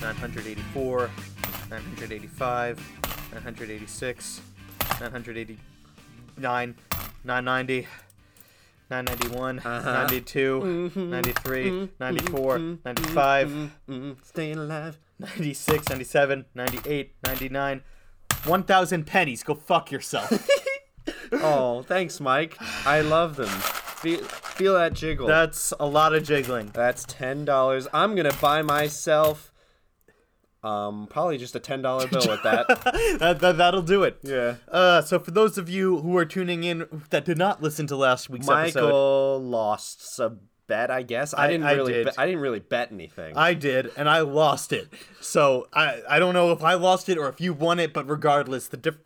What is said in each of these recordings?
984, 985, 986, 989, 990, 991, Uh-huh. 92, Mm-hmm. 93, 94, 95, Mm, staying alive. 96, 97, 98, 99, 1,000 pennies. Go fuck yourself. Oh, thanks, Mike. I love them. Feel, feel that jiggle. That's a lot of jiggling. That's ten dollars. I'm gonna buy myself, um, probably just a ten dollar bill with that. That, that, that'll do it. yeah. Uh, so for those of you who are tuning in that did not listen to last week's episode, Michael lost a bet, I guess. I, I- didn't I really. did. bet I didn't really bet anything. I did, and I lost it. So I I don't know if I lost it or if you won it, but regardless, the diff-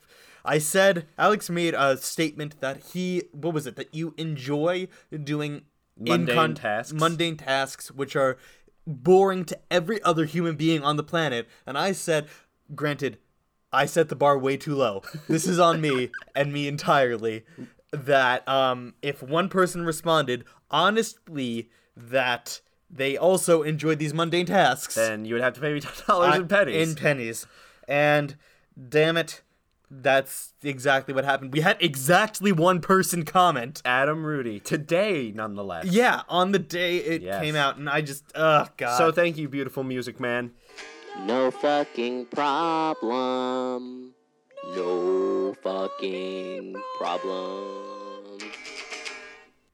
I said Alex made a statement that he what was it that you enjoy doing Mundane tasks. mundane tasks, which are boring to every other human being on the planet, and I said, granted, I set the bar way too low. This is on me and me entirely. That um, if one person responded honestly that they also enjoyed these mundane tasks, then you would have to pay me ten dollars in pennies. in pennies, and damn it, that's exactly what happened. We had exactly one person comment. Adam Rudy today, nonetheless. Yeah, on the day it Yes. came out, and I just, oh god. So thank you, beautiful music man. No fucking problem. No fucking problem.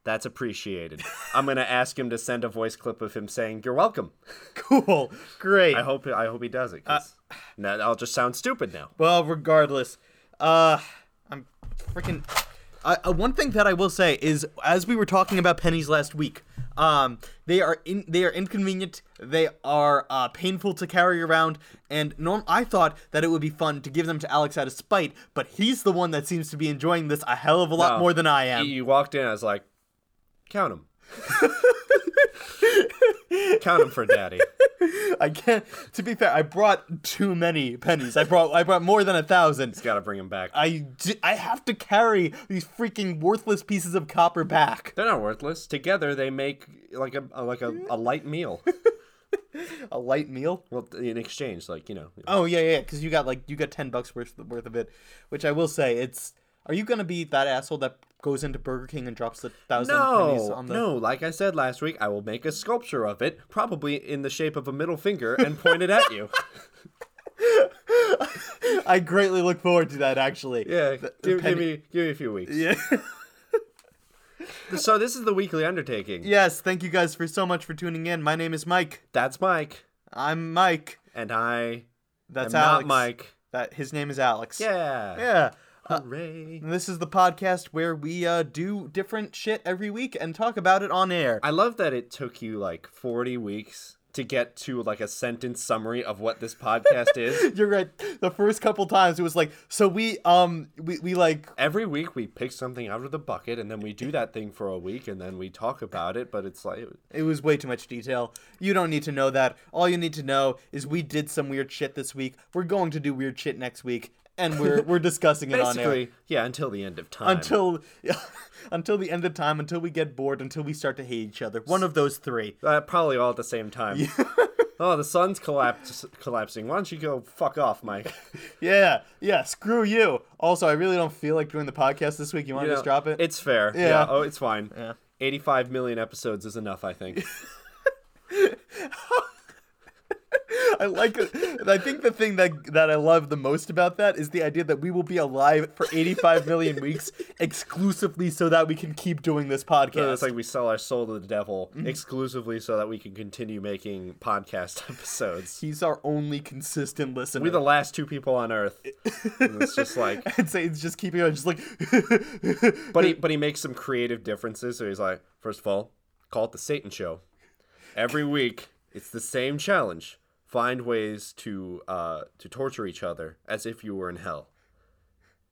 That's appreciated. I'm gonna ask him to send a voice clip of him saying "You're welcome." cool, great. I hope I hope he does it. Uh, 'cause now I'll just sound stupid now. Well, regardless, uh, I'm freaking. I uh, one thing that I will say is, as we were talking about pennies last week, um, they are in they are inconvenient. They are uh, painful to carry around, and norm. I thought that it would be fun to give them to Alex out of spite, but he's the one that seems to be enjoying this a hell of a lot No. more than I am. You walked in, I was like, count him. count him for daddy. I can't. To be fair, I brought too many pennies. I brought I brought more than a thousand. Gotta bring him back. I, d- I have to carry these freaking worthless pieces of copper back. They're not worthless. Together, they make like a a- like a, a light meal. a light meal. Well, in exchange, like you know, Oh yeah, yeah, because you got like you got ten bucks worth worth of it, which I will say it's. Are you gonna be that asshole that goes into Burger King and drops the thousand pennies No, on the? no. Like I said last week, I will make a sculpture of it, probably in the shape of a middle finger, and point it at you. I greatly look forward to that actually. Yeah, The- the give, give penny- me give me a few weeks. Yeah. So this is the weekly undertaking. yes, thank you guys for so much for tuning in. My name is Mike. That's Mike, I'm Mike. and I That's am Alex. not Mike. That his name is Alex. Yeah. Yeah. Hooray. And this is the podcast where we uh, do different shit every week and talk about it on air. I love that it took you like 40 weeks to get to like a sentence summary of what this podcast is. You're right. The first couple times it was like, so we um we, we like Every week we pick something out of the bucket and then we do that thing for a week and then we talk about it, but it's like It was way too much detail. You don't need to know that. All you need to know is we did some weird shit this week. We're going to do weird shit next week, and we're we're discussing it on air basically, yeah, until the end of time. until until the end of time, until we get bored, until we start to hate each other. One of those three. uh, probably all at the same time. oh, the sun's collapse- collapsing. Why don't you go fuck off, Mike? Yeah, yeah. Screw you. Also, I really don't feel like doing the podcast this week. You want to You know, just drop it? It's fair. Yeah. Yeah. Oh, it's fine. Yeah. 85 million episodes is enough, I think. I like it. And I think the thing that that I love the most about that is the idea that we will be alive for 85 million weeks exclusively so that we can keep doing this podcast. So it's like we sell our soul to the devil exclusively so that we can continue making podcast episodes. He's our only consistent listener. We're the last two people on Earth. And it's just like, I'd say it's just keeping on, just like. but he but he makes some creative differences. So he's like, first of all, call it the Satan Show. Every week, it's the same challenge: find ways to uh, to torture each other as if you were in hell.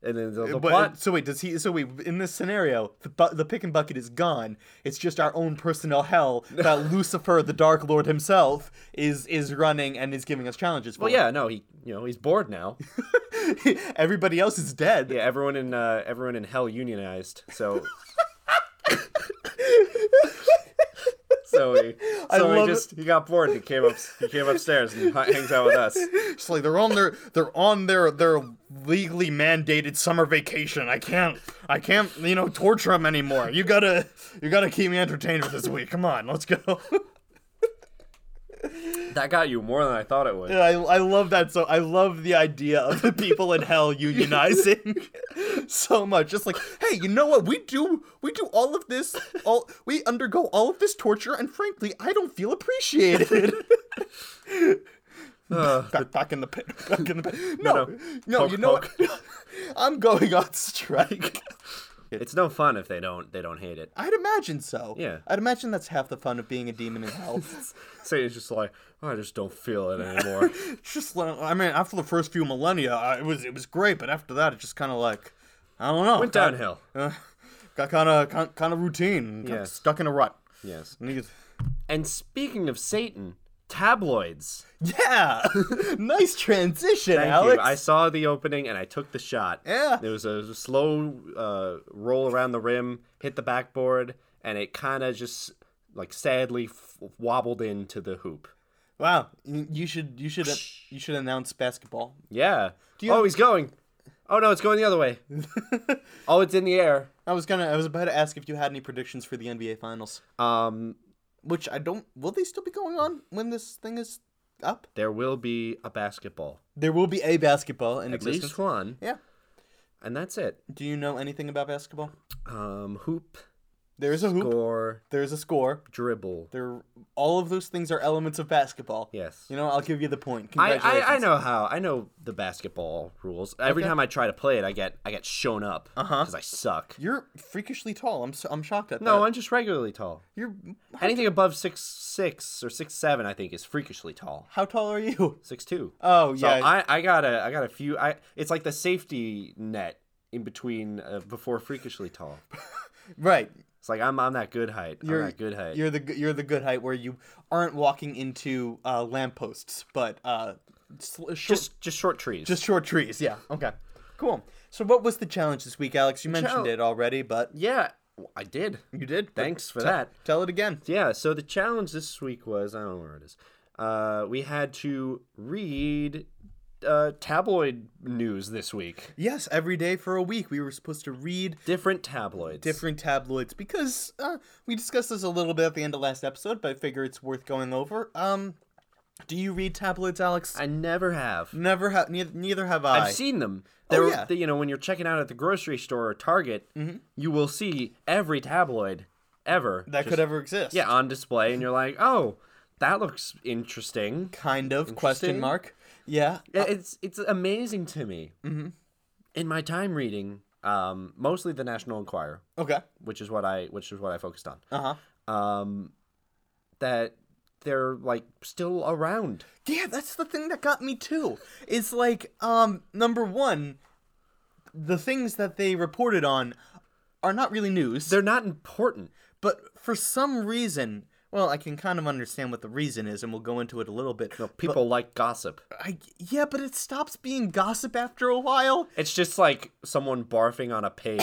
And then the, the But, plot so wait, does he? So wait, in this scenario, the bu- the pick and bucket is gone. It's just our own personal hell that Lucifer, the Dark Lord himself, is is running and is giving us challenges for. Well, yeah, no, he you know he's bored now. everybody else is dead. Yeah, everyone in uh, everyone in hell unionized. So So he, I so he love just he got bored. And he came up. He came upstairs and h- hangs out with us. It's like they're on their they're on their their legally mandated summer vacation. I can't I can't you know torture them anymore. You gotta you gotta keep me entertained for this week. Come on, let's go. That got you more than I thought it would. I I love that so I love the idea of the people in hell unionizing so much. Just like hey, you know what we do we do all of this all we undergo all of this torture and frankly I don't feel appreciated. Ugh. back, back in the pit. Back in the pit. No, no. no, Poke, you know what? I'm going on strike. it's no fun if they don't they don't hate it. I'd imagine so. Yeah. I'd imagine that's half the fun of being a demon in hell. Satan's just like "Oh, I just don't feel it anymore. It's just like I mean, after the first few millennia, I, it was it was great, but after that, it just kind of like I don't know. Went got- downhill. Uh, got kind of kind of routine. Got Yeah. Stuck in a rut. Yes. And he's- And speaking of Satan, tabloids. Yeah. nice transition, Thank Alex. you. I saw the opening and I took the shot. Yeah. There was a slow uh, roll around the rim, hit the backboard, and it kind of just like sadly f- wobbled into the hoop. Wow. You you should you should you should announce basketball. Yeah. you- oh, he's going. Oh no, it's going the other way. oh, it's in the air. I was gonna. I was about to ask if you had any predictions for the NBA Finals, Um, which I don't. Will they still be going on when this thing is up? there will be a basketball, There will be a basketball in at existence. least one, Yeah. and that's it. Do you know anything about basketball? Um, hoop, There is a hoop. score, There is a score. dribble. There. All of those things are elements of basketball. Yes. You know, I'll give you the point. I, Congratulations. I, I know how I know the basketball rules. Every time I try to play it, I get I get shown up because I suck. You're freakishly tall. I'm so, I'm shocked at that. Uh-huh. No, I'm just regularly tall. You're. Anything above six six or six seven, I think, is freakishly tall. How tall are you? Six two. Oh So yeah. I, I got a I got a few. I it's like the safety net in between uh, before freakishly tall. right. It's like I'm I'm that good height. I'm You're- that good height. You're the g- you're the good height where you aren't walking into uh, lampposts, but uh, sl- short, Just just short trees. Just short trees, yeah. Okay. Cool. So what was the challenge this week, Alex? You mentioned chal- it already, but yeah. I did. you did. Thanks for that. Tell it again. Yeah, so the challenge this week was I don't know where it is. Uh, we had to read uh, tabloid news this week. Yes, every day for a week we were supposed to read Different tabloids. different tabloids because uh, we discussed this a little bit at the end of last episode, but I figure it's worth going over. Um do you read tabloids, Alex? I never have. never have neither, neither have I. I've seen them. Oh, They're, yeah. Mm-hmm. they- you know, when you're checking out at the grocery store or Target, you will see every tabloid ever. that could ever exist. Yeah, on display, and you're like, oh, that looks interesting. Kind of question Interesting. mark. Yeah. Yeah, it's it's amazing to me. Mm-hmm. In my time reading, um, mostly the National Enquirer, Okay. which is what I which is what I focused on. Uh-huh. um, that they're like still around. Yeah, that's the thing that got me too. Is like, um, number one, the things that they reported on are not really news. They're not important. but for some reason, well, I can kind of understand what the reason is, and we'll go into it a little bit. People like gossip. I, yeah, but it stops being gossip after a while. It's just like someone barfing on a page.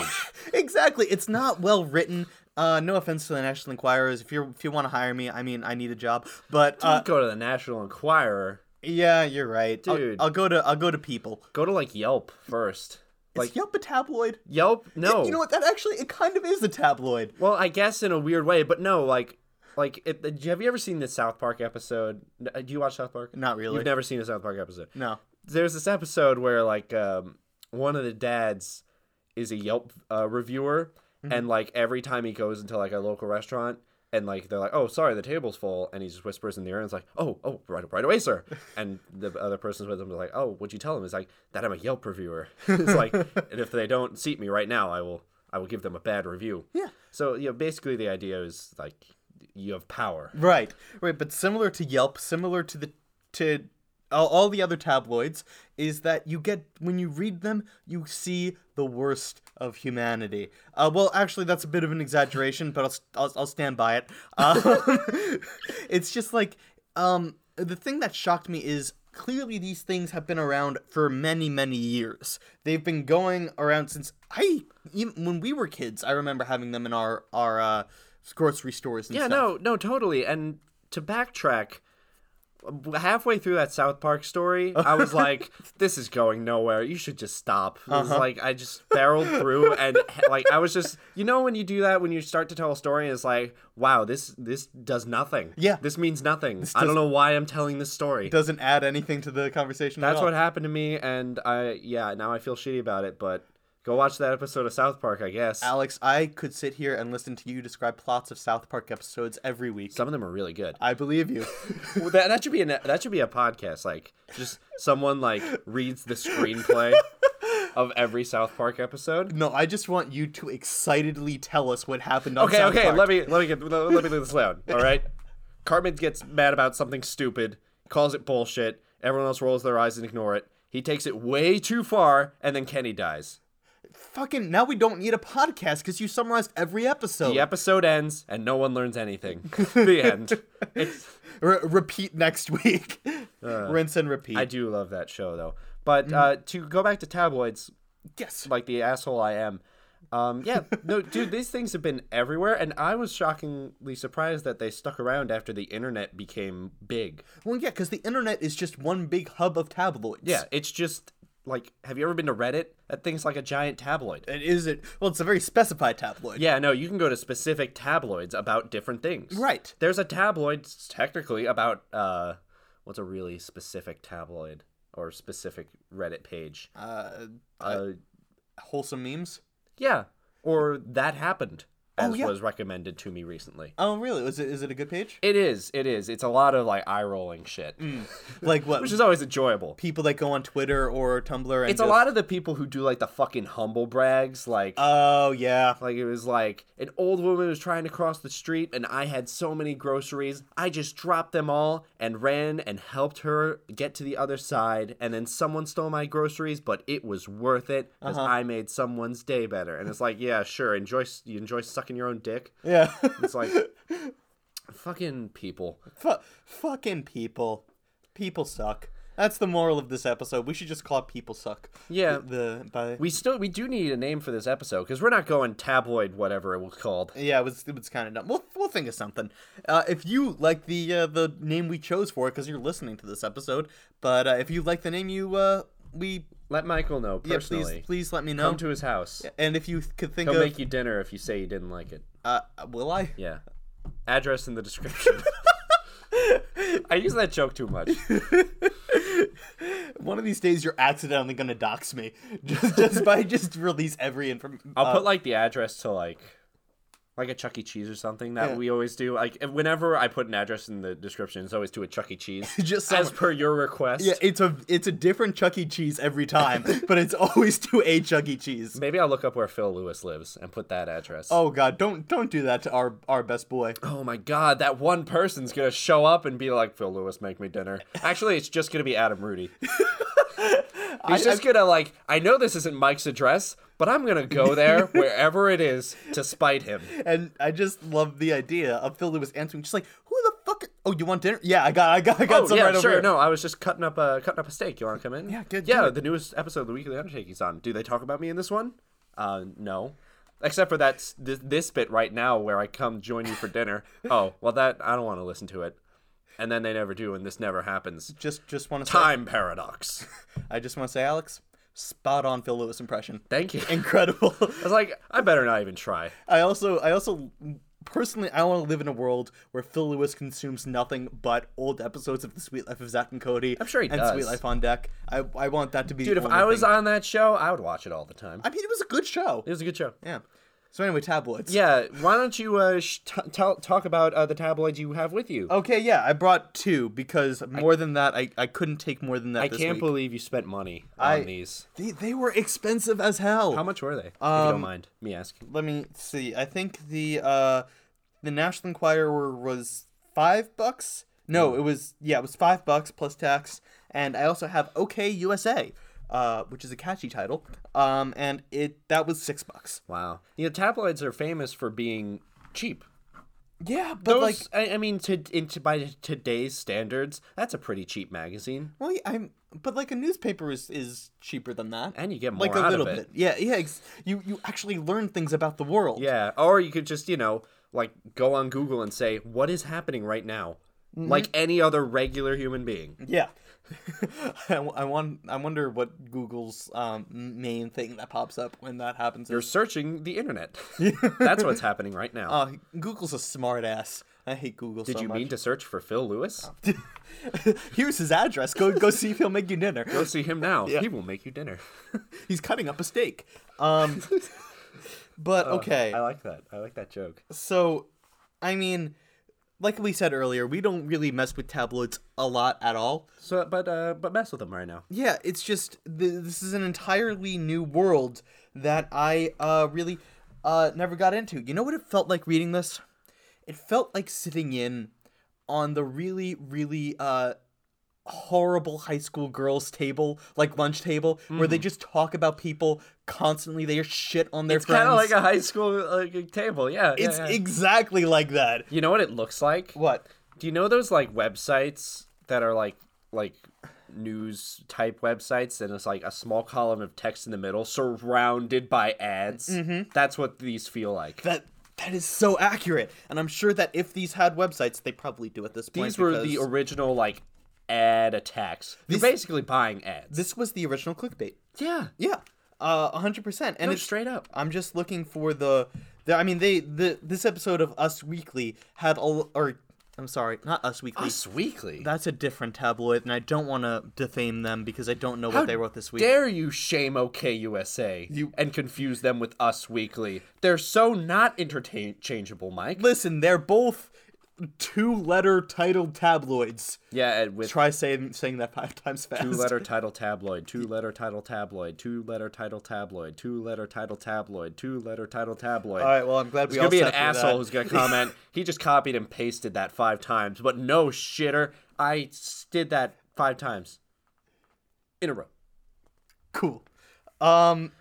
Exactly, it's not well written. Uh, no offense to the National Enquirers. If you if you want to hire me, I mean, I need a job. But uh, Don't go to the National Enquirer. yeah, you're right. I'll- Dude. I'll, go to I'll go to people. Go to like Yelp first. Like, Like is Yelp a tabloid? Yelp. No. You know what? That actually it kind of is a tabloid. Well, I guess in a weird way, but no. Like, like, it, did you- have you ever seen the South Park episode? N- uh, Do you watch South Park? Not really. You've never seen a South Park episode. No. there's this episode where like um, one of the dads is a Yelp uh, reviewer, and like every time he goes into like a local restaurant, and like they're like, "Oh, sorry, the table's full," and he just whispers in the ear, and it's like, "Oh, oh, right, right away, sir." And the other person's with him is like, "Oh, what'd you tell him?" It's like that I'm a Yelp reviewer. it's like, and if they don't seat me right now, I will, I will give them a bad review. Yeah. So you know, basically the idea is like you have power. Right. Right, but similar to Yelp, similar to the to all, all the other tabloids is that you get when you read them, you see the worst of humanity. Uh, well, actually, that's a bit of an exaggeration, but I'll s- I'll, I'll stand by it. Um, it's just like um, the thing that shocked me is clearly these things have been around for many many years. They've been going around since I even when we were kids. I remember having them in our our uh, of course restores and Yeah, stuff. no, no, totally. And to backtrack, halfway through that South Park story, I was like, "This is going nowhere. You should just stop." It Uh-huh. was like I just barreled through, and like I was just, you know, when you do that, when you start to tell a story, and it's like, "Wow, this this does nothing. Yeah. this means nothing. I don't does- know why I'm telling this story." It doesn't add anything to the conversation. That's at all. what happened to me, and I yeah, now I feel shitty about it. But go watch that episode of South Park, I guess. Alex, I could sit here and listen to you describe plots of South Park episodes every week. Some of them are really good. I believe you. Well, that that should be an that should be a podcast. Like just someone like reads the screenplay of every South Park episode. no, I just want you to excitedly tell us what happened on Okay, South okay. Park. Let me let me get let, let me do this loud. All right. Cartman gets mad about something stupid, calls it bullshit. Everyone else rolls their eyes and ignore it. He takes it way too far, and then Kenny dies. Fucking now we don't need a podcast because you summarized every episode. The episode ends, and no one learns anything. the end. It's, Re- repeat next week. Rinse and repeat. Uh, I do love that show though. But uh, to go back to tabloids, yes. like the asshole I am. Um, yeah, no, dude, these things have been everywhere, and I was shockingly surprised that they stuck around after the internet became big. Well, yeah, because the internet is just one big hub of tabloids. Yeah, it's just like, have you ever been to Reddit? That thing's like a giant tabloid. It is it. Well, it's a very specified tabloid. Yeah, no, you can go to specific tabloids about different things. Right. There's a tabloid s- technically about uh, what's a really specific tabloid or specific Reddit page? Uh, Uh, wholesome memes. yeah, or that happened, as Oh, yeah. was recommended to me recently. Oh, really? Is it? Is it a good page? It is. It is. It's a lot of like eye rolling shit, Like what? which is always enjoyable. people that go on Twitter or Tumblr. And It's a just- lot of the people who do like the fucking humble brags, like. Oh yeah. like it was like an old woman was trying to cross the street and I had so many groceries. I just dropped them all and ran and helped her get to the other side and then someone stole my groceries, but it was worth it because I made someone's day better. And it's like, yeah, sure, enjoy you enjoy sucking your own dick. Yeah. It's like fucking people. Fu fucking people. People suck. That's the moral of this episode. We should just call it people suck. Yeah. The, the by We still we do need a name for this episode because we're not going tabloid whatever it was called. Yeah, it was it was kind of dumb. We'll we'll think of something. Uh, if you like the uh, the name we chose for it, because you're listening to this episode, but uh, if you like the name you uh, we Let Michael know yeah, please personally. please let me know. Come to his house. and if you could think He'll of, make you dinner if you say you didn't like it. uh, will I? Yeah. Address in the description. I use that joke too much. One of these days, you're accidentally gonna dox me just just by just release every uh, information. I'll put like the address to like like a Chuck E. Cheese or something that Yeah. we always do. Like if- whenever I put an address in the description, it's always to a Chuck E. Cheese. Just as somewhere. per your request. Yeah, it's a it's a different Chuck E. Cheese every time, but it's always to a Chuck E. Cheese. Maybe I'll look up where Phil Lewis lives and put that address. Oh God, don't don't do that to our our best boy. Oh my god, that one person's gonna show up and be like, Phil Lewis, make me dinner. Actually, it's just gonna be Adam Rudy. He's just gonna like, I know this isn't Mike's address, but I'm gonna go there wherever it is to spite him. And I just love the idea of Phil Lewis answering, just like, "Who the fuck? Oh, you want dinner? Yeah, I got, I got, I got Oh some yeah, right sure. over here." No, I was just cutting up a cutting up a steak. You want to come in? Yeah, good, do Yeah, it. the newest episode of the Weekly Undertaking's on. Do they talk about me in this one? Uh, no. Except for that s- this, this bit right now where I come join you for dinner. Oh, well that I don't want to listen to it. And then they never do, and this never happens. Just, just want to say, Time paradox. I just want to say, Alex, spot on Phil Lewis impression. Thank you. I Incredible. was like, I better not even try. I also, I also. Personally, I want to live in a world where Phil Lewis consumes nothing but old episodes of The Sweet Life of Zach and Cody. I'm sure he and Sweet does. Life on Deck. I, I want that to be. Dude, the if only I was thing. on that show, I would watch it all the time. I mean, it was a good show. It was a good show. Yeah. So anyway, tabloids. Yeah, why don't you uh, sh- t- tell talk about uh, the tabloids you have with you? Okay, yeah, I brought two because more than that, I, I couldn't take more than that. I this can't week. believe you spent money on I- these. They, they were expensive as hell. How much were they? if you don't Um, mind me asking. Let me see. I think the uh, the National Enquirer was five bucks. No, it was yeah, it was five bucks plus tax. And I also have OK USA, uh, which is a catchy title. Um, and it that was six bucks. Wow. You know, tabloids are famous for being cheap. Yeah, but Those, like, I, I mean, to, into by today's standards, that's a pretty cheap magazine, well, yeah, I'm but like a newspaper is is cheaper than that. and you get more like out a little of it. bit. Yeah, yeah. Ex- you you actually learn things about the world. Yeah, or you could just you know like go on Google and say what is happening right now, like any other regular human being. Yeah. I, w- I want. I wonder what Google's um, m- main thing that pops up when that happens. You're Is, searching the internet. That's what's happening right now. uh, Google's a smart ass. I hate Google. Did you mean to search for Phil Lewis? Here's his address. Go go see if he'll make you dinner. Go see him now. He will make you dinner. He's cutting up a steak. Um, but okay. Oh, I like that. I like that joke. So, I mean, like we said earlier, we don't really mess with tabloids a lot at all. So, but uh, but mess with him right now. Yeah, it's just th- this is an entirely new world that I uh, really uh, never got into. You know what it felt like reading this? It felt like sitting in on the really, really uh, horrible high school girls' table, like lunch table, where Mm-hmm. they just talk about people constantly. They shit on their It's friends. kind of like a high school like, table. Yeah. yeah, it's yeah. exactly like that. you know what it looks like. What? Do you know those like websites that are like like news type websites and it's like a small column of text in the middle surrounded by ads? Mm-hmm. That's what these feel like. That that is so accurate, and I'm sure that if these had websites, they probably do at this point. these were the because original like ad attacks. You're basically buying ads. this was the original clickbait. yeah. Yeah, uh, hundred percent. And No, it's straight up. I'm just looking for the, the. I mean, they the this episode of Us Weekly had all or I'm sorry, not Us Weekly. Us Weekly. That's a different tabloid, and I don't want to defame them because I don't know what How they wrote this week. Dare you shame OK USA and confuse them with Us Weekly? They're so not interchangeable, Mike. Listen, they're both two-letter titled tabloids. Yeah, and with Try saying saying that five times fast. two letter title tabloid, two letter title tabloid, two letter title tabloid, two letter title tabloid, two letter title tabloid. All right. Well, I'm glad we There's all gonna be an sat through asshole that. who's gonna comment. he just copied and pasted that five times, but no shitter, I s- did that five times in a row. cool. Um,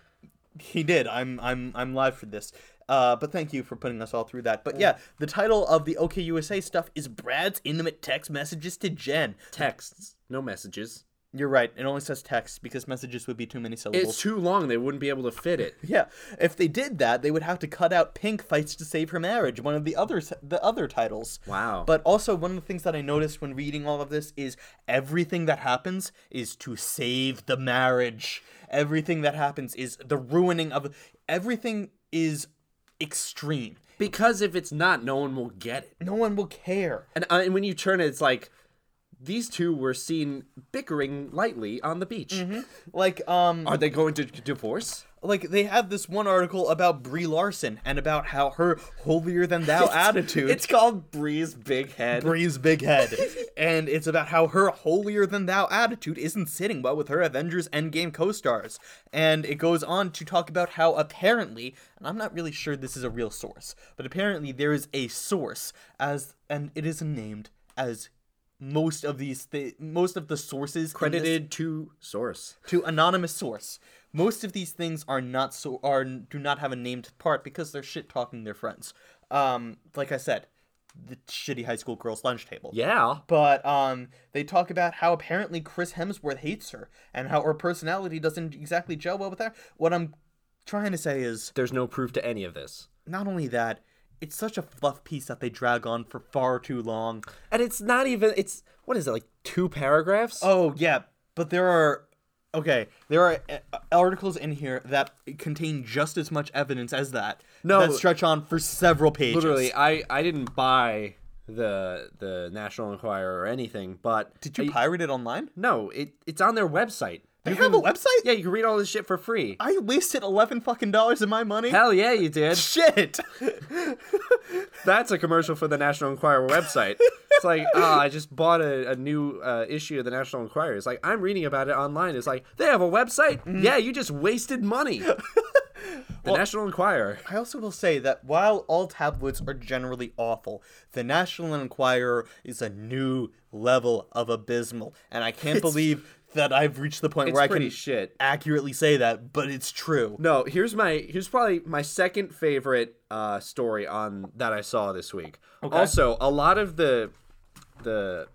he did. I'm I'm I'm live for this. Uh, but thank you for putting us all through that. But yeah, the title of the OKUSA stuff is Brad's intimate text messages to Jen. Texts, no messages. You're right. It only says text because messages would be too many syllables. It's too long; they wouldn't be able to fit it. yeah, if they did that, they would have to cut out "Pink fights to save her marriage," one of the other s- the other titles. Wow. But also, one of the things that I noticed when reading all of this is everything that happens is to save the marriage. Everything that happens is the ruining of everything is extreme. because if it's not, no one will get it. No one will care. And, uh, and when you turn it, it's like these two were seen bickering lightly on the beach. Mm-hmm. Like um Are they going to d- divorce? like they have this one article about Brie Larson and about how her holier than thou attitude It's called Bree's Big Head. Bree's big head. and it's about how her holier than thou attitude isn't sitting well with her Avengers Endgame co stars. And it goes on to talk about how apparently, and I'm not really sure this is a real source, but apparently there is a source as, and it is named as most of these, thi- most of the sources in this- Credited to source. to anonymous source. Most of these things are not so are do not have a named part because they're shit talking their friends. Um, like I said, the shitty high school girls lunch table. Yeah. But um, they talk about how apparently Chris Hemsworth hates her and how her personality doesn't exactly gel well with her. What I'm trying to say is There's no proof to any of this. not only that, it's such a fluff piece that they drag on for far too long. And it's not even, it's, what is it, like two paragraphs? Oh yeah, but there are okay. There are uh, articles in here that contain just as much evidence as that. No. that stretch on for several pages. Literally, I, I didn't buy the the National Enquirer or anything, but. Did you pirate it online? No, it, it's on their website. They You have can- a website. Yeah, you can read all this shit for free. I wasted eleven fucking dollars of my money. Hell yeah, you did. Shit. That's a commercial for the National Enquirer website. It's like, ah, I just bought a, a new uh, issue of the National Enquirer. It's like, I'm reading about it online. It's like, they have a website? Mm-hmm. Yeah, you just wasted money. the National Enquirer. I also will say that while all tabloids are generally awful, the National Enquirer is a new level of abysmal, and I can't believe that I've reached the point It's where I pretty can shit. accurately say that, but it's true. No, here's my here's probably my second favorite uh, story on that I saw this week. Also, a lot of the the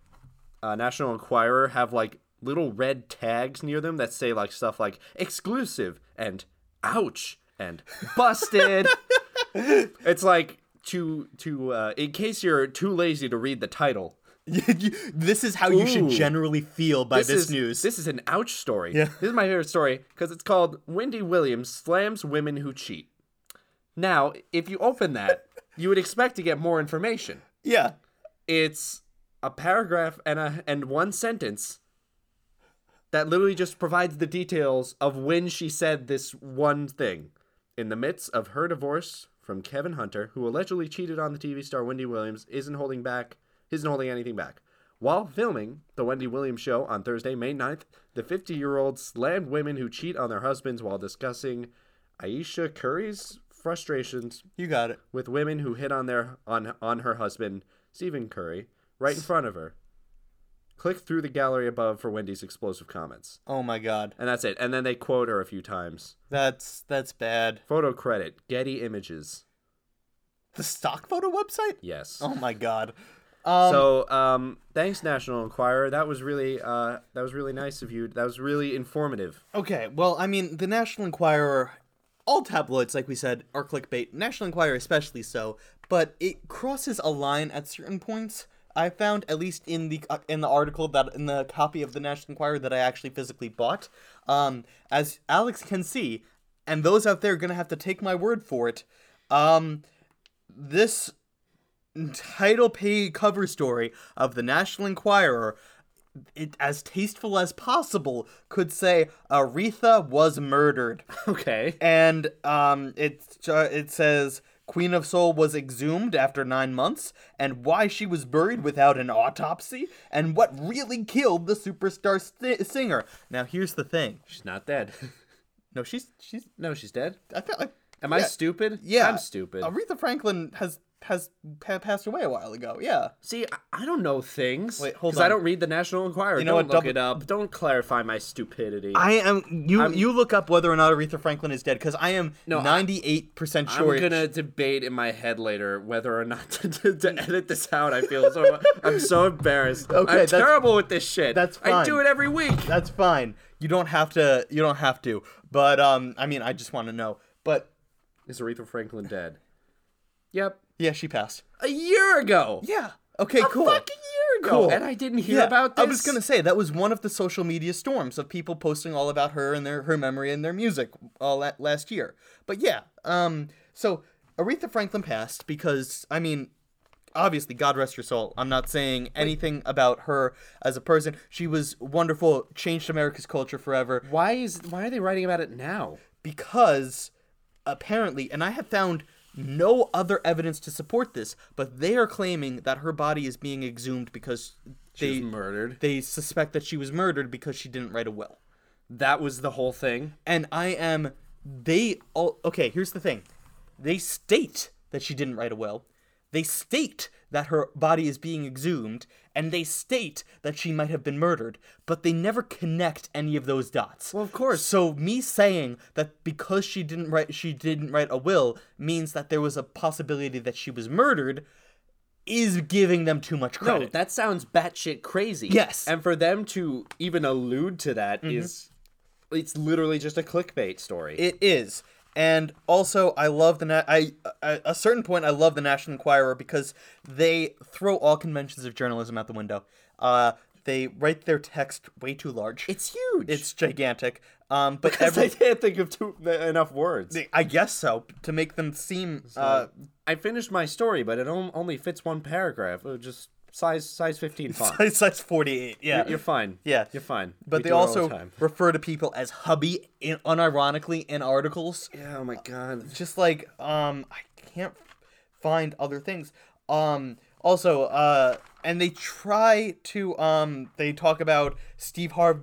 uh, National Enquirer have like little red tags near them that say like stuff like exclusive and ouch and busted. it's like to to uh, in case you're too lazy to read the title. this is how you should Ooh. generally feel by this, is, news. This is an ouch story. Yeah. This is my favorite story because it's called Wendy Williams Slams Women Who Cheat. Now, if you open that, you would expect to get more information. yeah. It's a paragraph and a and one sentence that literally just provides the details of when she said this one thing. In the midst of her divorce from Kevin Hunter, who allegedly cheated on the TV star Wendy Williams, isn't holding back isn't holding anything back. While filming the Wendy Williams show on Thursday, May 9th, the 50-year-old slammed women who cheat on their husbands while discussing Aisha Curry's frustrations You got it. with women who hit on their on on her husband Stephen Curry right in front of her. Click through the gallery above for Wendy's explosive comments, Oh my god. and that's it. And then they quote her a few times. That's that's bad. Photo credit: Getty Images. The stock photo website? Yes. Oh my god. Um, so, um, thanks, National Enquirer. That was really uh, that was really nice of you. That was really informative. Okay, well, I mean, the National Enquirer, all tabloids, like we said, are clickbait. National Enquirer, especially so, but it crosses a line at certain points. I found, at least in the uh, in the article that in the copy of the National Enquirer that I actually physically bought, um, as Alex can see, and those out there are gonna have to take my word for it. Um, this title page cover story of the National Enquirer, it, as tasteful as possible, could say Aretha was murdered, Okay. and um, it uh, it says Queen of Soul was exhumed after nine months, and why she was buried without an autopsy, and what really killed the superstar si- singer. Now here's the thing. She's not dead. No, she's she's. no, she's dead. I felt like. Am I yeah, stupid? Yeah, I'm stupid. Aretha Franklin has has pa- passed away a while ago. Yeah. See, I- I don't know things. Wait, hold 'cause I on. don't read the National Enquirer. You know what, don't look double- it up. Don't clarify my stupidity. I am you. you look up whether or not Aretha Franklin is dead because I am I- ninety eight percent I'm sure. gonna debate in my head later whether or not to, to, to edit this out. I feel so. I'm so embarrassed. Okay, I'm that's- terrible with this shit. that's I do fine. it every week. That's fine. You don't have to. You don't have to. But um, I mean, I just want to know. But Is Aretha Franklin dead? Yep. yeah, she passed. A year ago. Yeah. Okay. A cool. fucking year ago. Cool. And I didn't hear Yeah, about this. I was gonna say that was one of the social media storms of people posting all about her and their her memory and their music all la- last year. But yeah, um, so Aretha Franklin passed because I mean, obviously, God rest her soul. I'm not saying anything about her as a person. She was wonderful, changed America's culture forever Why is why are they writing about it now? because apparently, and I have found no other evidence to support this, but they are claiming that her body is being exhumed because they was murdered. They suspect that she was murdered because she didn't write a will. That was the whole thing. And I am they all okay, here's the thing. They state that she didn't write a will. They state that her body is being exhumed and they state that she might have been murdered, but they never connect any of those dots. Well, of course. So me saying that because she didn't write she didn't write a will means that there was a possibility that she was murdered is giving them too much credit. No, that sounds batshit crazy. Yes. And for them to even allude to that is, it's literally just a clickbait story. It is. And also, I love the na- I at a certain point I love the National Enquirer because they throw all conventions of journalism out the window. Uh, they write their text way too large. it's huge. it's gigantic. Um, but Because every I can't think of two, enough words. I guess so to make them seem. Uh, I finished my story, but it on- only fits one paragraph. It was just size size fifteen font. size size forty eight. Yeah. You're fine. Yeah. you're fine. but We they do it all the also time. refer to people as hubby in unironically in articles. Yeah, oh my god. just like um i can't find other things um also uh and they try to um they talk about steve harv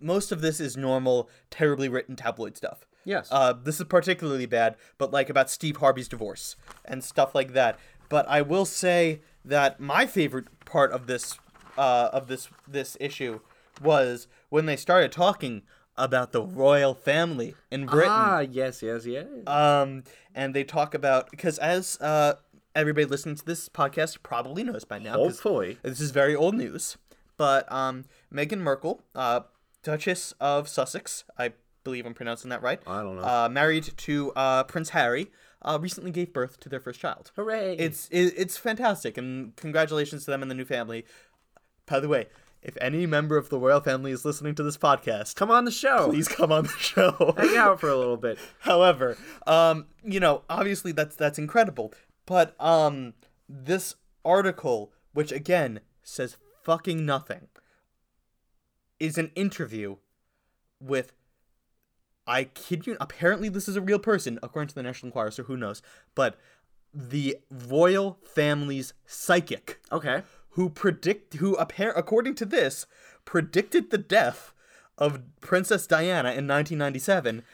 most of this is normal terribly written tabloid stuff Yes. uh this is particularly bad but like about steve harvey's divorce and stuff like that but i will say that my favorite part of this uh of this this issue was when they started talking about the royal family in britain ah, yes, yes, yes. um, and they talk about because as uh, everybody listening to this podcast probably knows by now, 'cause Hopefully. this is very old news. But um, Meghan Merkel, uh, Duchess of Sussex, I believe I'm pronouncing that right. I don't know. Uh, married to uh, Prince Harry. uh, recently gave birth to their first child. Hooray! It's it, it's fantastic, and congratulations to them and the new family. By the way, if any member of the royal family is listening to this podcast, come on the show. please come on the show. hang out for a little bit. However, um, you know, obviously that's that's incredible, but um, this article, which again says fucking nothing, is an interview with. I kid you. Apparently, this is a real person, according to the National Enquirer. So who knows? But the royal family's psychic Okay. who predict who appar- according to this predicted the death of Princess Diana in 1997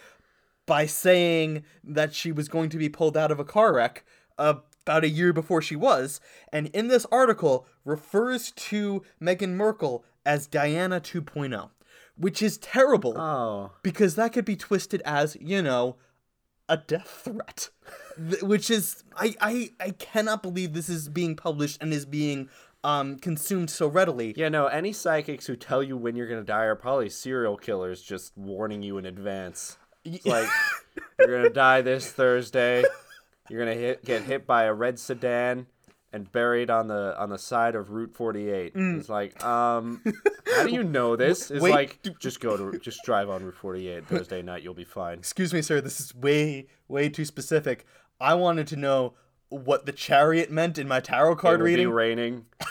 by saying that she was going to be pulled out of a car wreck about a year before she was and in this article refers to Meghan Merkel as Diana 2.0 which is terrible Oh. because that could be twisted as you know a death threat Th- which is I, I i cannot believe this is being published and is being um consumed so readily Yeah, no, any psychics who tell you when you're going to die are probably serial killers just warning you in advance. It's like, you're going to die this Thursday. You're going to hit, get hit by a red sedan and buried on the on the side of Route 48. It's like, um, how do you know this? It's Wait. like, just go to, just drive on Route 48 Thursday night. You'll be fine. excuse me sir this is way way too specific i wanted to know what the chariot meant in my tarot It card will be reading raining.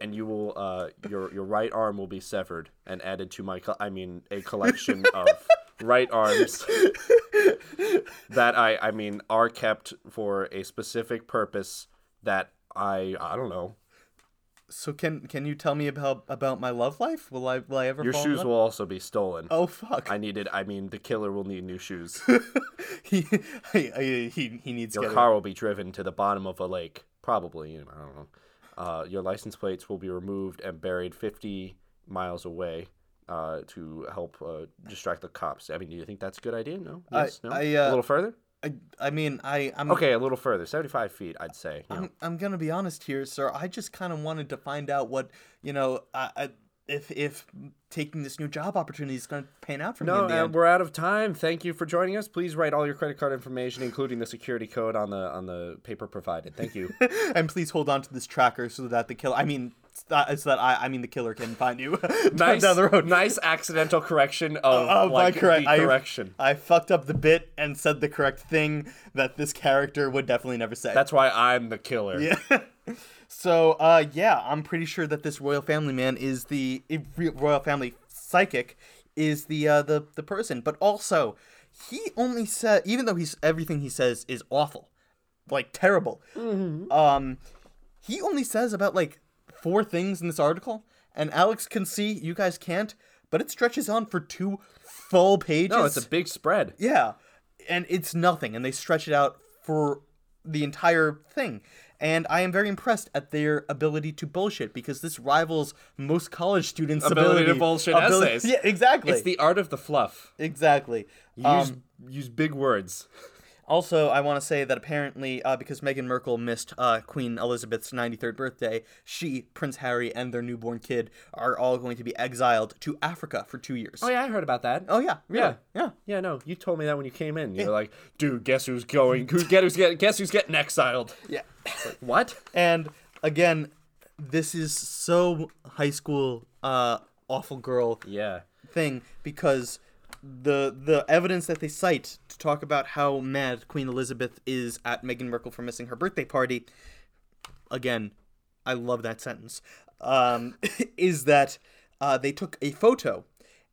And you will, uh, your your right arm will be severed and added to my, co- I mean, a collection of right arms that I, I mean, are kept for a specific purpose. That I, I don't know. so can can you tell me about about my love life will i will i ever Your fall in shoes love? will also be stolen. oh fuck I needed, I mean, the killer will need new shoes. he, I- I- he he needs to Your get car will be driven to the bottom of a lake, probably. you know, I don't know. Uh, your license plates will be removed and buried 50 miles away uh, to help uh, distract the cops. I mean, do you think that's a good idea? No. I- Yes. no. I, a uh, little further. I, I mean i i'm Okay, a little further. 75 feet, I'd say. you know. I'm, I'm gonna be honest here, sir. I just kind of wanted to find out what you know. I, I, if if taking this new job opportunity is gonna pan out for me. No, in the and end. we're out of time. Thank you for joining us. Please write all your credit card information, including the security code, on the on the paper provided. Thank you. and please hold on to this tracker so that the killer. I mean, so that, so that I I mean the killer can find you nice, down the road. nice accidental correction of Oh like, my correct! the I, correction. I fucked up the bit and said the correct thing that this character would definitely never say. That's why I'm the killer. Yeah. So, uh, yeah, I'm pretty sure that this royal family man is the i- re- royal family psychic is the uh, the the person, but also he only said even though he's everything he says is awful, like terrible. Um, he only says about like four things in this article, and Alex can see, you guys can't, but it stretches on for two full pages. No, it's a big spread. Yeah. And it's nothing, and they stretch it out for the entire thing. And I am very impressed at their ability to bullshit because this rivals most college students' Ability ability, to bullshit essays. Yeah, exactly. It's the art of the fluff. exactly. You Um, use use big words. also, I want to say that apparently, uh, because Meghan Merkel missed uh, Queen Elizabeth's 93rd birthday, she, Prince Harry, and their newborn kid are all going to be exiled to Africa for two years. Oh yeah, I heard about that. Oh, yeah. really, Yeah. Yeah, no, you told me that when you came in. You're like, dude, guess who's going? Who get who's get guess who's getting exiled? Yeah. Like, what? And again, this is so high school uh awful girl Yeah. thing because the the evidence that they cite to talk about how mad Queen Elizabeth is at Meghan Merkel for missing her birthday party again, I love that sentence. Um, is that uh, they took a photo,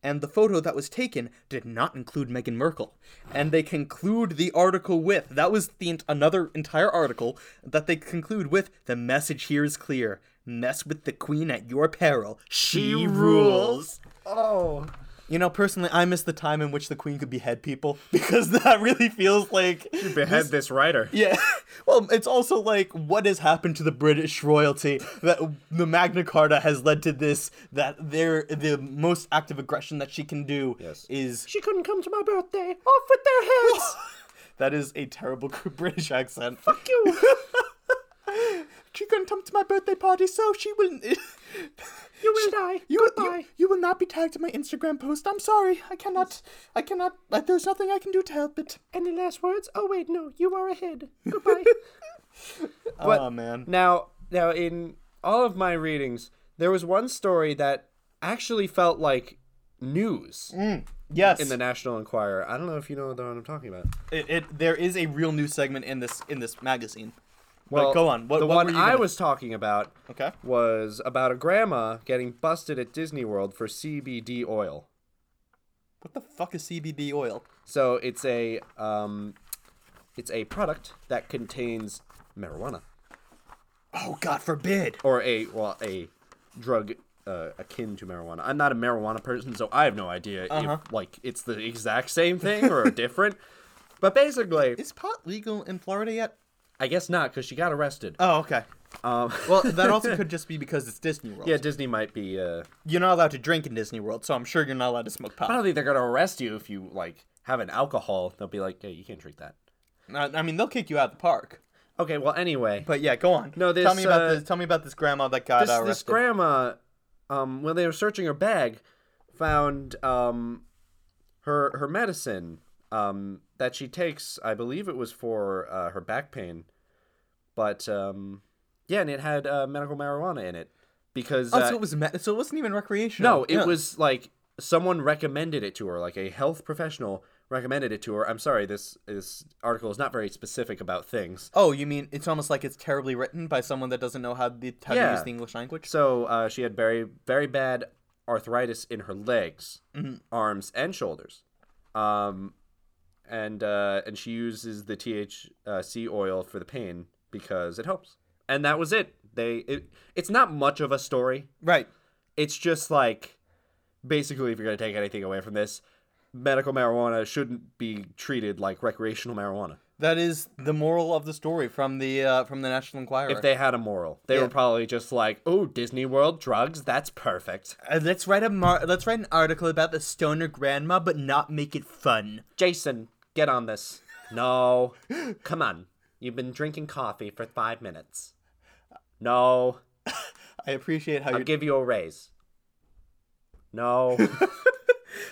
and the photo that was taken did not include Meghan Merkel, and they conclude the article with that was the ent- another entire article that they conclude with the message here is clear: mess with the queen at your peril. She, rules. Oh. You know, personally, I miss the time in which the queen could behead people because that really feels like Behead this writer. yeah. Well, it's also like what has happened to the British royalty that the Magna Carta has led to this that their the most active aggression that she can do Yes. is She couldn't come to my birthday. Off with their heads. that is a terrible British accent. Fuck you. She couldn't come to my birthday party, so she will. You will die. You, Goodbye. you, you will not be tagged in my Instagram post. I'm sorry. I cannot. I cannot. uh, there's nothing I can do to help it. Any last words? Oh wait, no. You are ahead. Goodbye. But- Aw, man. Now, now in all of my readings, there was one story that actually felt like news Yes. in the National Enquirer. I don't know if you know what I'm talking about. it, it there is a real news segment in this in this magazine. Well, Well, go on. What, the what one were you I gonna- was talking about Okay. was about a grandma getting busted at Disney World for CBD oil. What the fuck is CBD oil? So it's a um, it's a product that contains marijuana Oh God forbid. or a well a drug uh, akin to marijuana. I'm not a marijuana person, so I have no idea Uh-huh. if like it's the exact same thing or different. But basically, Is pot legal in Florida yet? I guess not because she got arrested. Oh, okay. Um, Well, that also could just be because it's Disney World. yeah, Disney might be. Uh, You're not allowed to drink in Disney World, so I'm sure you're not allowed to smoke I pot. don't think they're gonna arrest you if you like have an alcohol. They'll be like, hey, you can't drink that. I I mean, they'll kick you out of the park. Okay, well anyway, But yeah, go on. No, tell this, me about uh, this. Tell me about this grandma that got this, arrested. this grandma, um, when they were searching her bag, found um, her her medicine um, that she takes. I believe it was for uh, her back pain, but um, yeah, and it had uh, medical marijuana in it because oh, uh, so it was me- so it wasn't even recreational. no, it Yeah. was like someone recommended it to her, like a health professional recommended it to her. I'm sorry, this this article is not very specific about things. Oh, you mean it's almost like it's terribly written by someone that doesn't know how, the, how to Yeah. use the English language? So uh, she had very, very bad arthritis in her legs, arms, and shoulders. Um, and uh, and she uses the THC oil for the pain because it helps. And that was it. They it, it's not much of a story. Right. It's just like basically if you're gonna take anything away from this, medical marijuana shouldn't be treated like recreational marijuana. That is the moral of the story from the uh, from the National Enquirer. If they had a moral, they Yeah. were probably just like, "Oh, Disney World drugs, that's perfect." Uh, let's write a mar- let's write an article about the stoner grandma, but not make it fun. Jason, get on this. No. Come on. You've been drinking coffee for five minutes. No. I appreciate how I'll you're. give you a raise. No.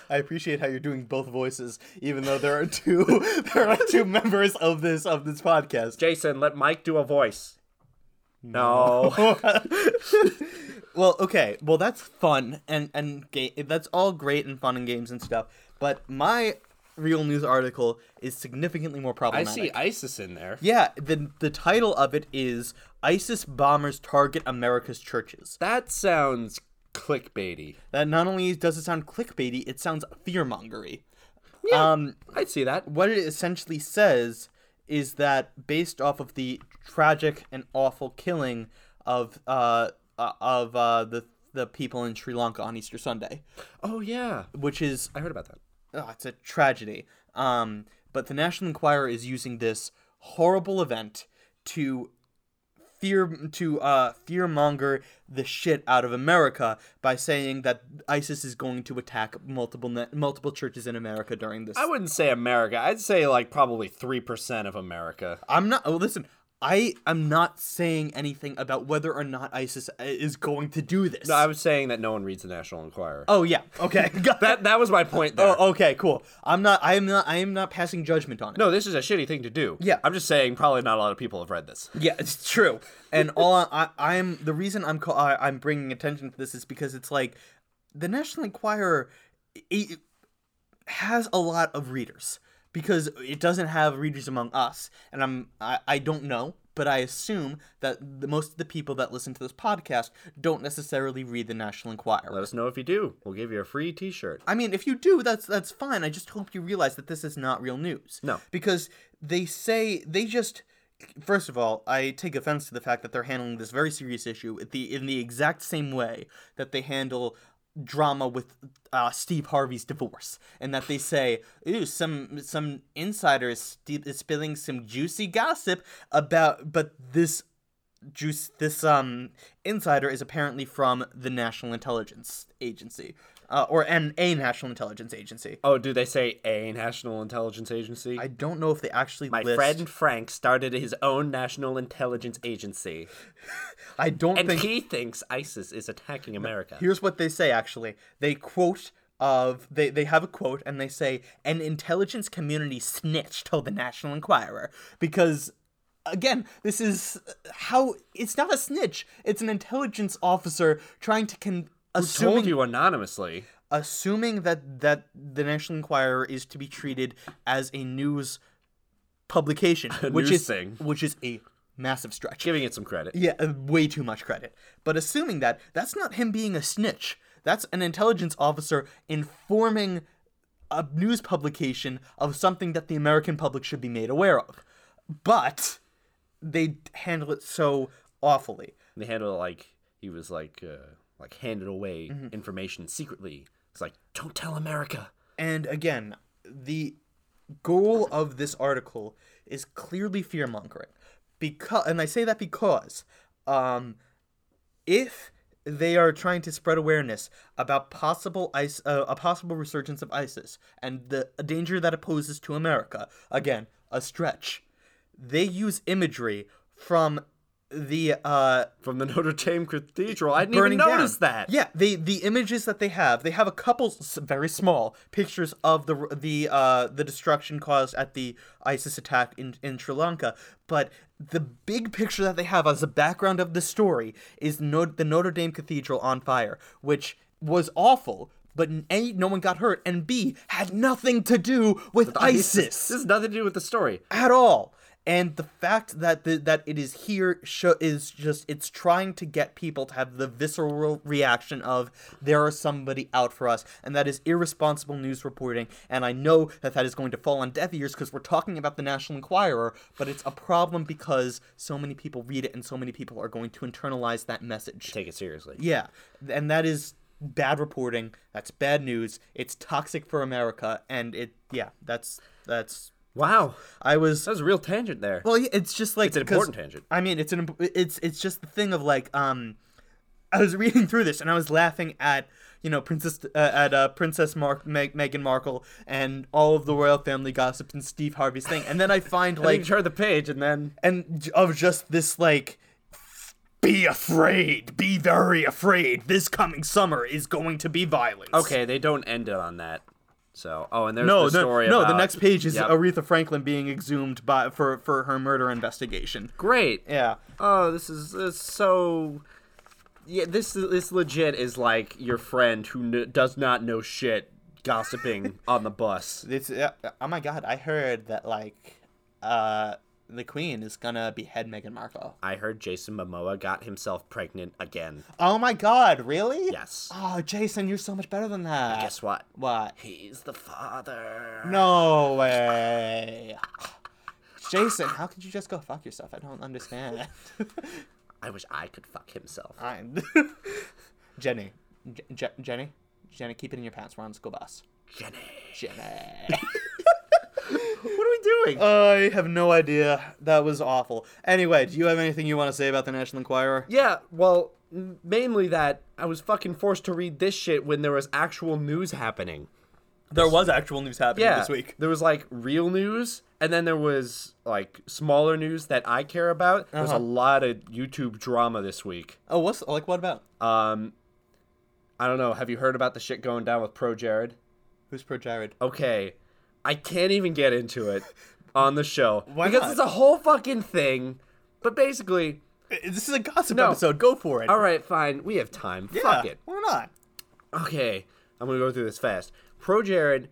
I appreciate how you're doing both voices, even though there are two there are two members of this of this podcast. Jason, let Mike do a voice. No. well, okay. Well, that's fun and and ga- that's all great and fun and games and stuff. But my real news article is significantly more problematic. ISIS in there. Yeah, the the title of it is ISIS bombers target America's churches. That sounds clickbaity. That not only does it sound clickbaity, it sounds fearmongery. Yeah. Um, I'd see that. what it essentially says is that based off of the tragic and awful killing of uh, uh, of uh, the the people in Sri Lanka on Easter Sunday, Oh, yeah. which is I heard about that. oh, it's a tragedy. Um, but the National Enquirer is using this horrible event to fear to uh, fearmonger the shit out of America by saying that ISIS is going to attack multiple ne- multiple churches in America during this. I wouldn't say America. I'd say like probably 3% of America. I'm not. Oh, listen. I am not saying anything about whether or not ISIS uh, is going to do this. No, I was saying that no one reads the National Enquirer. oh yeah. Okay. Got That, that was my point there. Oh, okay. Cool. I'm not. I am not. I am not passing judgment on it. No, this is a shitty thing to do. Yeah. I'm just saying, probably not a lot of people have read this. Yeah, it's true. And all I, I, I'm the reason I'm call, I, I'm bringing attention to this is because it's like the National Enquirer it has a lot of readers because it doesn't have readers among us, and I'm I, I don't know. But I assume that the, most of the people that listen to this podcast don't necessarily read the National Enquirer. Let us know if you do. We'll give you a free T-shirt. I mean, if you do, that's that's fine. I just hope you realize that this is not real news. No. Because they say they just first of all, I take offense to the fact that they're handling this very serious issue at the in the exact same way that they handle drama with uh, Steve Harvey's divorce and that they say, "Ooh, some some insider is, st- is spilling some juicy gossip about but this juice this um insider is apparently from the National Intelligence Agency. Uh, or an a National Intelligence Agency. Oh, do they say a national intelligence agency? I don't know if they actually My list. friend Frank started his own national intelligence agency, I don't and think he thinks ISIS is attacking America. Here's what they say actually. They quote of they, they have a quote and they say an intelligence community snitch told the National Enquirer because again this is how it's not a snitch it's an intelligence officer trying to con- assuming Told you anonymously. assuming that that the National Enquirer is to be treated as a news publication which news is thing. which is a massive stretch giving it some credit. Yeah, uh, way too much credit. But assuming that, that's not him being a snitch. That's an intelligence officer informing a news publication of something that the American public should be made aware of. But they handle it so awfully. They handled it like he was like uh, like handed away Mm-hmm. information secretly. It's like don't tell America. And again, the goal of this article is clearly fear mongering. Because, and I say that because, um, if they are trying to spread awareness about possible IS- uh, a possible resurgence of ISIS and the danger that it poses to America, again, a stretch, they use imagery from the uh, From the Notre Dame Cathedral, I didn't burning even notice down. that. Yeah, the the images that they have, they have a couple s- very small pictures of the the uh, the destruction caused at the ISIS attack in in Sri Lanka, but the big picture that they have as the background of the story is no- the Notre Dame Cathedral on fire, which was awful. But A, no one got hurt, and B, had nothing to do with ISIS This has nothing to do with the story. at all. And the fact that the, that it is here sho- is just it's trying to get people to have the visceral reaction of there is somebody out for us, and that is irresponsible news reporting. And I know that that is going to fall on deaf ears because we're talking about the National Enquirer, but it's a problem because so many people read it and so many people are going to internalize that message. Take it seriously. Yeah, and that is bad reporting. That's bad news. It's toxic for America, and it yeah, that's that's. Wow, I was that was a real tangent there. well, yeah, it's just like It's an 'cause- important tangent. I mean, it's an imp- it's it's just the thing of like um, I was reading through this and I was laughing at you know princess uh, at uh, Princess Mark Meg- Meghan Markle and all of the royal family gossip and Steve Harvey's thing, and then I find like like turn the page and then and j- of just this like be afraid, be very afraid. This coming summer is going to be violence. okay, they don't end it on that. So oh, and there's No, the the, story. no. The about- next page is Yep. Aretha Franklin being exhumed by for for her murder investigation. great. Yeah. oh this is, this is so yeah this is- this legit is like your friend who kn- does not know shit gossiping on the bus It's uh, oh my god! I heard that like, uh, the Queen is gonna behead Meghan Markle. i heard jason momoa got himself pregnant again Oh my god! Really? yes Oh, Jason, you're so much better than that. guess what What? he's the father No way. Jason, how could you just go fuck yourself? I don't understand. i wish i could fuck himself I'm Jenny. J- J- Jenny. Jenny, keep it in your pants. We're on the school bus. jenny Jenny. what are uh, we doing I have no idea. That was awful. Anyway, do you have anything you want to say about the National Enquirer? yeah well m- mainly that i was fucking forced to read this shit when there was actual news happening There was actual news happening yeah, this week. There was like real news, and then there was like smaller news that I care about. There's a Uh-huh. lot of YouTube drama this week. Oh, what's like? What about Um, I don't know. Have you heard about the shit going down with Pro Jared? who's pro Jared? Okay, I can't even get into it on the show Why because not? it's a whole fucking thing. But basically, This is a gossip No. episode. Go for it. all right, fine, we have time. Yeah, Fuck it. Why not? Okay, I'm gonna go through this fast. Pro Jared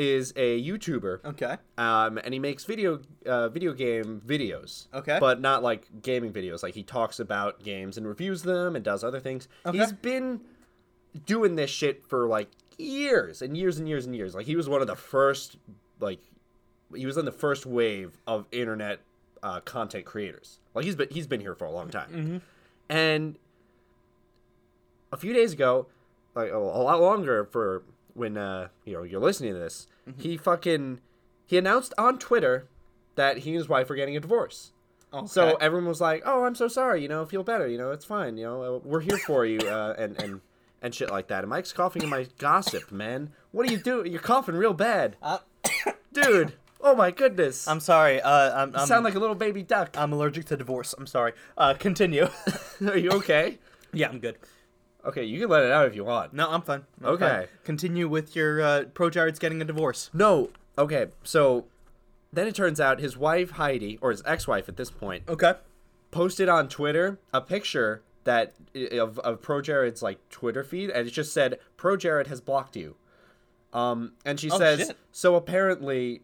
is a YouTuber. Okay. um, and he makes video uh, video game videos. Okay. but not like gaming videos. Like he talks about games and reviews them and does other things. Okay. He's been doing this shit for like years and years and years and years. Like he was one of the first, like he was in the first wave of internet uh, content creators. Like he's been he's been here for a long time, and a few days ago, like a, a lot longer for when uh, you know you're listening to this, he fucking he announced on Twitter that he and his wife are getting a divorce. So everyone was like, "Oh, I'm so sorry. You know, feel better. You know, it's fine. You know, uh, we're here for you." Uh, and and and shit like that. And Mike's coughing in my gossip, man. What are you doing? You're coughing real bad, Uh, dude. Oh my goodness. I'm sorry. Uh, I'm, I'm, you sound like a little baby duck. I'm allergic to divorce. I'm sorry. Uh, continue. are you okay? yeah, I'm good. Okay, you can let it out if you want. No, I'm fine. I'm Okay. fine. Continue with your uh, pro Jared's getting a divorce. No. Okay. So then it turns out his wife Heidi, or his ex-wife at this point, Okay. posted on Twitter a picture that of, of Pro Jared's like Twitter feed, and it just said Pro Jared has blocked you. Um, and she says, shit. so apparently,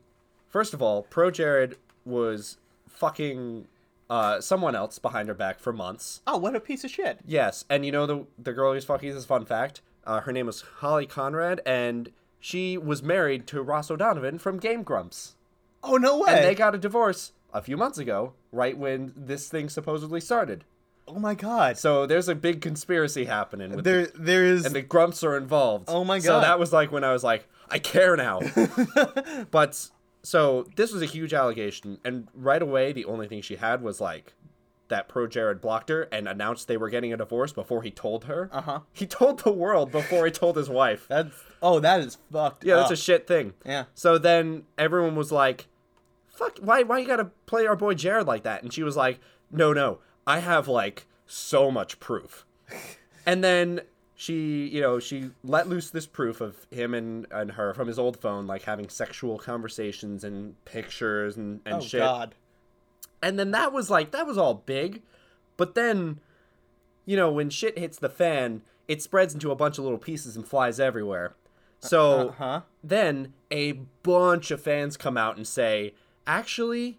first of all, Pro Jared was fucking uh, someone else behind her back for months. Oh, what a piece of shit. Yes, and you know the the girl he's fucking. This is a fun fact. Uh, her name was Holly Conrad, and she was married to Ross O'Donovan from Game Grumps. Oh no way. And they got a divorce a few months ago, right when this thing supposedly started. oh my god. So there's a big conspiracy happening. With There, the, there is. and the grumps are involved. Oh my So God. that was like when I was like, I care now. but so this was a huge allegation, and right away the only thing she had was like that pro Jared blocked her and announced they were getting a divorce before he told her. Uh Uh-huh. He told the world before he told his wife. that's. Oh, that uh, is fucked. Yeah, that's up. a shit thing. Yeah. So then everyone was like, "Fuck, why why you got to play our boy Jared like that?" And she was like, "No, no. I have like so much proof." and then she, you know, she let loose this proof of him and, and her from his old phone like having sexual conversations and pictures and and oh shit. god. And then that was like that was all big, but then you know, when shit hits the fan, it spreads into a bunch of little pieces and flies everywhere. So Uh-huh. then a bunch of fans come out and say, actually,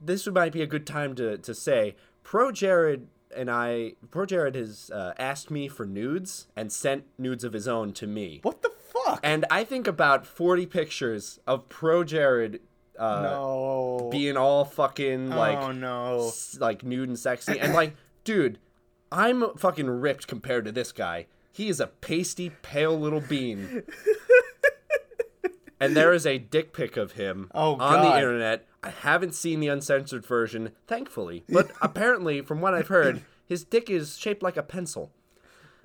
this might be a good time to, to say, Pro Jared and I, Pro Jared has uh, asked me for nudes and sent nudes of his own to me. What the fuck? And I think about 40 pictures of Pro Jared uh, no. being all fucking like oh no. s- like nude and sexy and like dude i'm fucking ripped compared to this guy he is a pasty pale little bean and there is a dick pic of him Oh, on the God. internet i haven't seen the uncensored version thankfully but apparently from what i've heard his dick is shaped like a pencil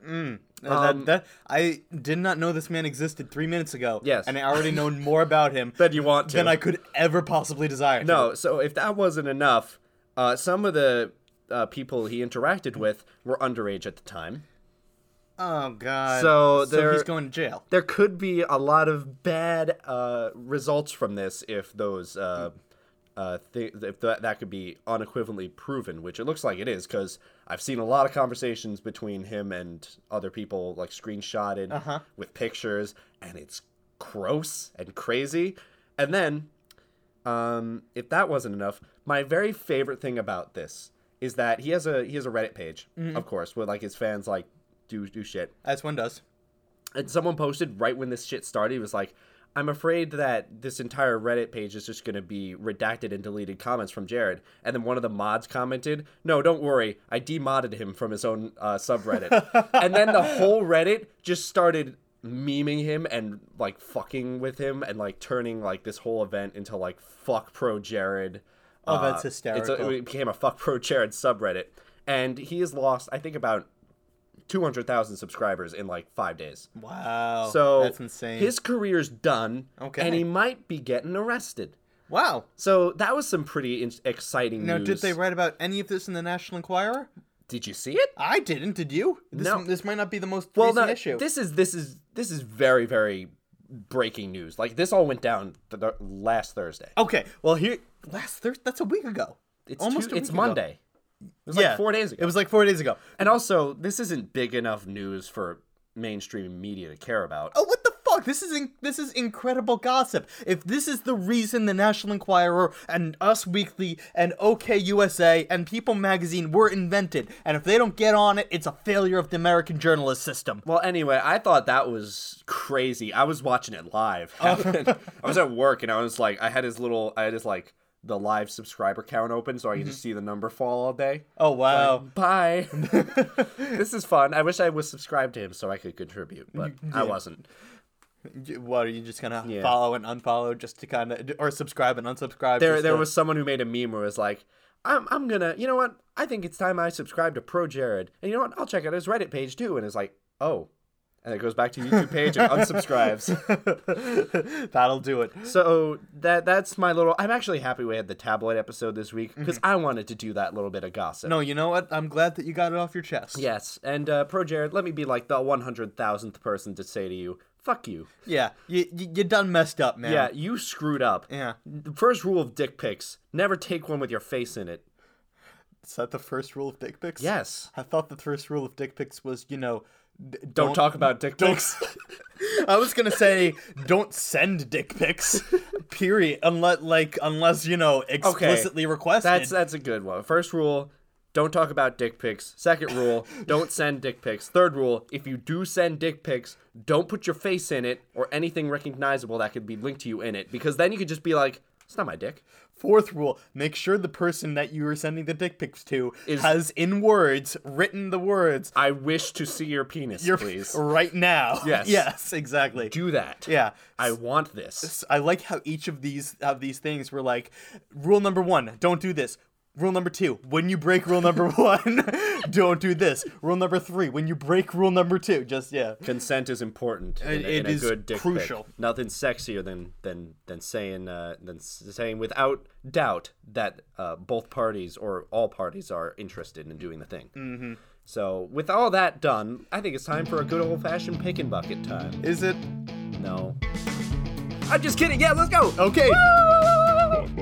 um, that, that, I did not know this man existed three minutes ago. Yes. And I already know more about him that you want to than I could ever possibly desire. to. No, so if that wasn't enough, uh, some of the uh, people he interacted with were underage at the time. Oh god. So so he's there- going to jail. there could be a lot of bad uh, results from this if those uh, uh, th- if that that could be unequivocally proven, which it looks like it is, because I've seen a lot of conversations between him and other people, like screenshotted with pictures, and it's gross and crazy. And then, um, if that wasn't enough, my very favorite thing about this is that he has a he has a Reddit page, of course, where like his fans like do do shit. As one does. And someone posted right when this shit started, he was like, I'm afraid that this entire Reddit page is just going to be redacted and deleted comments from Jared. And then one of the mods commented, No, don't worry. I demodded him from his own uh, subreddit. and then the whole Reddit just started memeing him and like fucking with him and like turning like this whole event into like fuck pro Jared. Oh, that's Uh, It's a, hysterical. it became a fuck pro Jared subreddit. And he has lost, I think, about 200,000 subscribers in like five days. Wow. So Oh, that's insane. His career's done. Okay. And he might be getting arrested. wow. So that was some pretty in- exciting Now, news. did they write about any of this in the National Enquirer? Did you see it? I didn't. Did you? This, No. This might not be the most Well, recent no. issue. This is this is this is very very breaking news. Like this all went down th- th- last Thursday. okay. Well, here last Thursday. That's a week ago. It's almost. two- a it's week ago. Monday. It was like Yeah. four days ago. It was like four days ago. and also this isn't big enough news for mainstream media to care about. Oh, what the fuck? This is in- this is incredible gossip. If this is the reason the National Enquirer and Us Weekly and OK USA and People Magazine were invented, and if they don't get on it, it's a failure of the American journalist system. Well, anyway, I thought that was crazy. I was watching it live. I was at work and I was like, I had his little, I had his like the live subscriber count open so I could just see the number fall all day. Oh wow. Bye. this is fun. I wish I was subscribed to him so I could contribute, but I wasn't. You- What are you just gonna Yeah. follow and unfollow just to kind of, or subscribe and unsubscribe? There, just there to- was someone who made a meme where it was like, I'm I'm gonna you know what? I think it's time I subscribe to Pro Jared. And you know what? I'll check out his Reddit page too. And it's like, oh. And it goes back to YouTube page and unsubscribes. That'll do it. so that that's my little I'm actually happy we had the tabloid episode this week because I wanted to do that little bit of gossip. No, you know what? I'm glad that you got it off your chest. Yes, and uh, Pro Jared, let me be like the 100,000th person to say to you, fuck you. Yeah. You, you, you done messed up, man. Yeah, you screwed up. Yeah. The first rule of dick pics never take one with your face in it. Is that the first rule of dick pics? Yes. I thought the first rule of dick pics was, you know, d- Don't, talk about dick pics. I was gonna say, don't send dick pics. Period. Unless, like, unless you know, explicitly requested. That's that's a good one. First rule, don't talk about dick pics. Second rule, don't send dick pics. Third rule, if you do send dick pics, don't put your face in it or anything recognizable that could be linked to you in it because then you could just be like, it's not my dick. Fourth rule: make sure the person that you are sending the dick pics to Is- has, in words, written the words. I wish to see your penis, You're please. right now. Yes. Yes. Exactly. do that. yeah. I want this. I like how each of these of these things were like rule number one, don't do this. Rule number two, when you break rule number one, don't do this. Rule number three, when you break rule number two, just yeah. Consent is important. In, It- a- it in a is good dick pic. crucial. Nothing sexier than than than saying uh, than s- saying without doubt that uh, both parties or all parties are interested in doing the thing. Mm-hmm. So with all that done, I think it's time for a good old fashioned pick and bucket time. Is it No, I'm just kidding. Yeah, let's go. okay?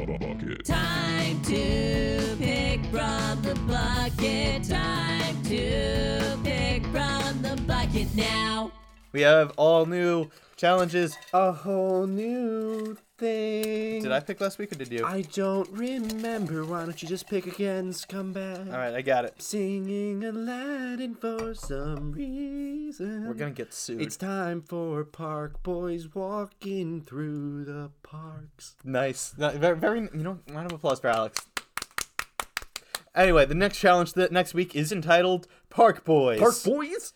Time to pick from the bucket. Time to pick from the bucket now. We have all new challenges. A whole new thing. Did I pick last week or did you? I don't remember. Why don't you just pick again, scumbag? all right, I got it. Singing Aladdin for some reason. We're gonna get sued. It's time for Park Boys walking through the parks. Nice. No, Very, very, you know, round of applause for Alex. Anyway, the next challenge that next week is entitled Park Boys. Boys?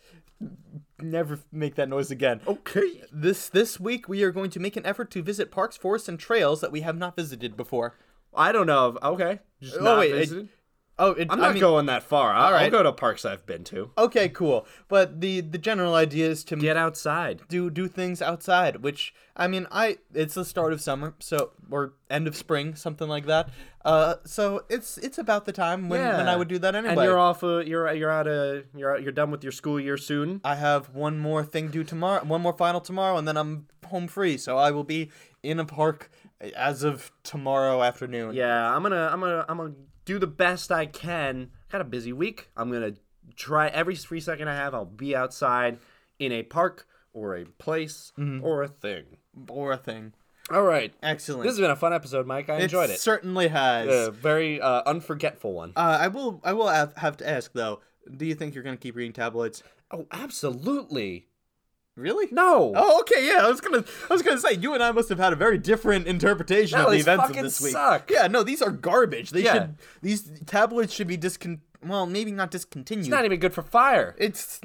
Never make that noise again. Okay. This this week we are going to make an effort to visit parks, forests, and trails that we have not visited before. I don't know. If, okay. Just Oh, not wait, it- visited? Oh, it, I'm I not mean- going that far. I, right. I'll go to parks I've been to. Okay, cool. But the the general idea is to Get outside. do do things outside, which I mean, I it's the start of summer, so or end of spring, something like that. Uh, so it's it's about the time when, when I would do that anyway. And you're off. Uh, you're you're out of you're out, you're done with your school year soon. I have one more thing due tomorrow, one more final tomorrow, and then I'm home free. So I will be in a park as of tomorrow afternoon. Yeah, I'm gonna I'm gonna I'm gonna do the best I can. Got a busy week. I'm gonna try every free second I have. I'll be outside in a park or a place Mm-hmm. or a thing. or a thing. All right. Excellent. This has been a fun episode, Mike. I enjoyed it. Certainly has. a very uh, unforgetful one. Uh, I will. I will have, have to ask though. Do you think you're gonna keep reading tabloids? oh, absolutely. Really? No. Oh, okay. Yeah, I was gonna. I was gonna say you and I must have had a very different interpretation No, of the these events of fucking this week. suck. Yeah. No, these are garbage. They Yeah. should. These tabloids should be discon. Well, maybe not discontinued. It's not even good for fire. It's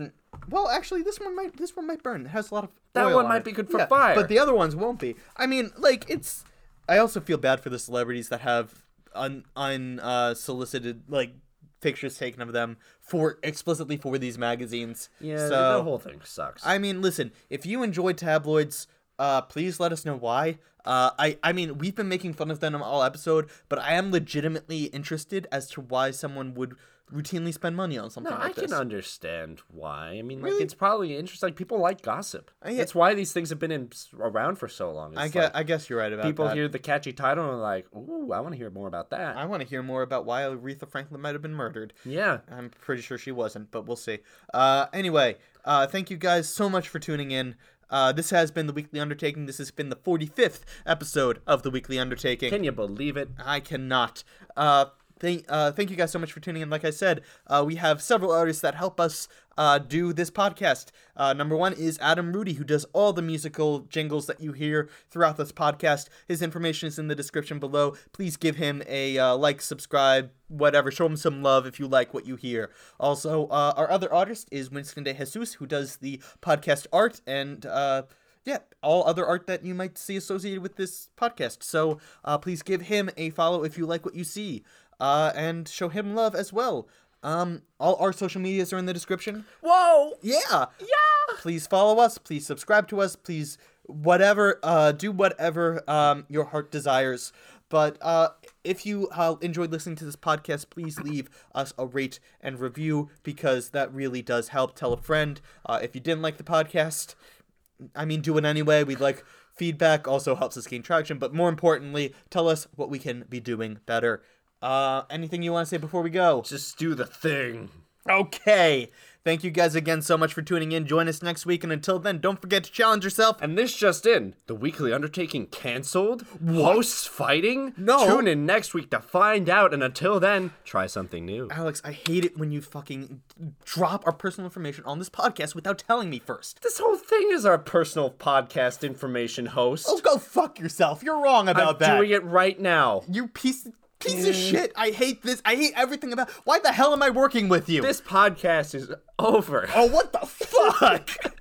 well, actually, this one might this one might burn. It has a lot of That oil one on might it. be good for Yeah, fire. but the other ones won't be. I mean, like it's. I also feel bad for the celebrities that have un unsolicited like pictures taken of them for explicitly for these magazines. yeah, so the whole thing sucks. I mean, listen, if you enjoy tabloids. Uh, please let us know why. Uh, I I mean, we've been making fun of them all episode, but I am legitimately interested as to why someone would routinely spend money on something No, I like can this. understand why. I mean, like, Really? it's probably interesting. Like, people like gossip. yeah. That's why these things have been in, around for so long. I It's guess, like, I guess you're right about people that. hear the catchy title and are like, "Ooh, I want to hear more about that." I want to hear more about why Aretha Franklin might have been murdered. yeah. I'm pretty sure she wasn't, but we'll see. Uh, anyway, uh, thank you guys so much for tuning in. Uh, this has been the Weekly Undertaking. This has been the 45th episode of the Weekly Undertaking. Can you believe it? I cannot. Uh, thank, uh, thank you guys so much for tuning in. Like I said, uh, we have several artists that help us uh, do this podcast. Uh, number one is Adam Rudy, who does all the musical jingles that you hear throughout this podcast. His information is in the description below. Please give him a uh, like, subscribe, whatever. Show him some love if you like what you hear. Also, uh, our other artist is Winston De Jesus, who does the podcast art and. Uh, yeah, all other art that you might see associated with this podcast. So uh, please give him a follow if you like what you see. uh, and show him love as well. Um, all our social medias are in the description. Whoa! Yeah. Yeah. Please follow us. Please subscribe to us. Please whatever. Uh, do whatever um, your heart desires. But uh, if you uh, enjoyed listening to this podcast, please leave us a rate and review because that really does help. Tell a friend. Uh, if you didn't like the podcast, I mean, do it anyway. We'd like feedback. Also helps us gain traction. But more importantly, tell us what we can be doing better. Uh, anything you want to say before we go? Just do the thing. Okay. Thank you guys again so much for tuning in. Join us next week, and until then, don't forget to challenge yourself. And this just in: the weekly undertaking canceled. Hosts fighting. No. Tune in next week to find out. And until then, try something new. Alex, I hate it when you fucking drop our personal information on this podcast without telling me first. This whole thing is our personal podcast information host. Oh, go fuck yourself. You're wrong about I'm that. doing it Mm. right now. You piece piece of shit. I hate this. I hate everything about. Why the hell am I working with you? This podcast is over. Oh, what the fuck?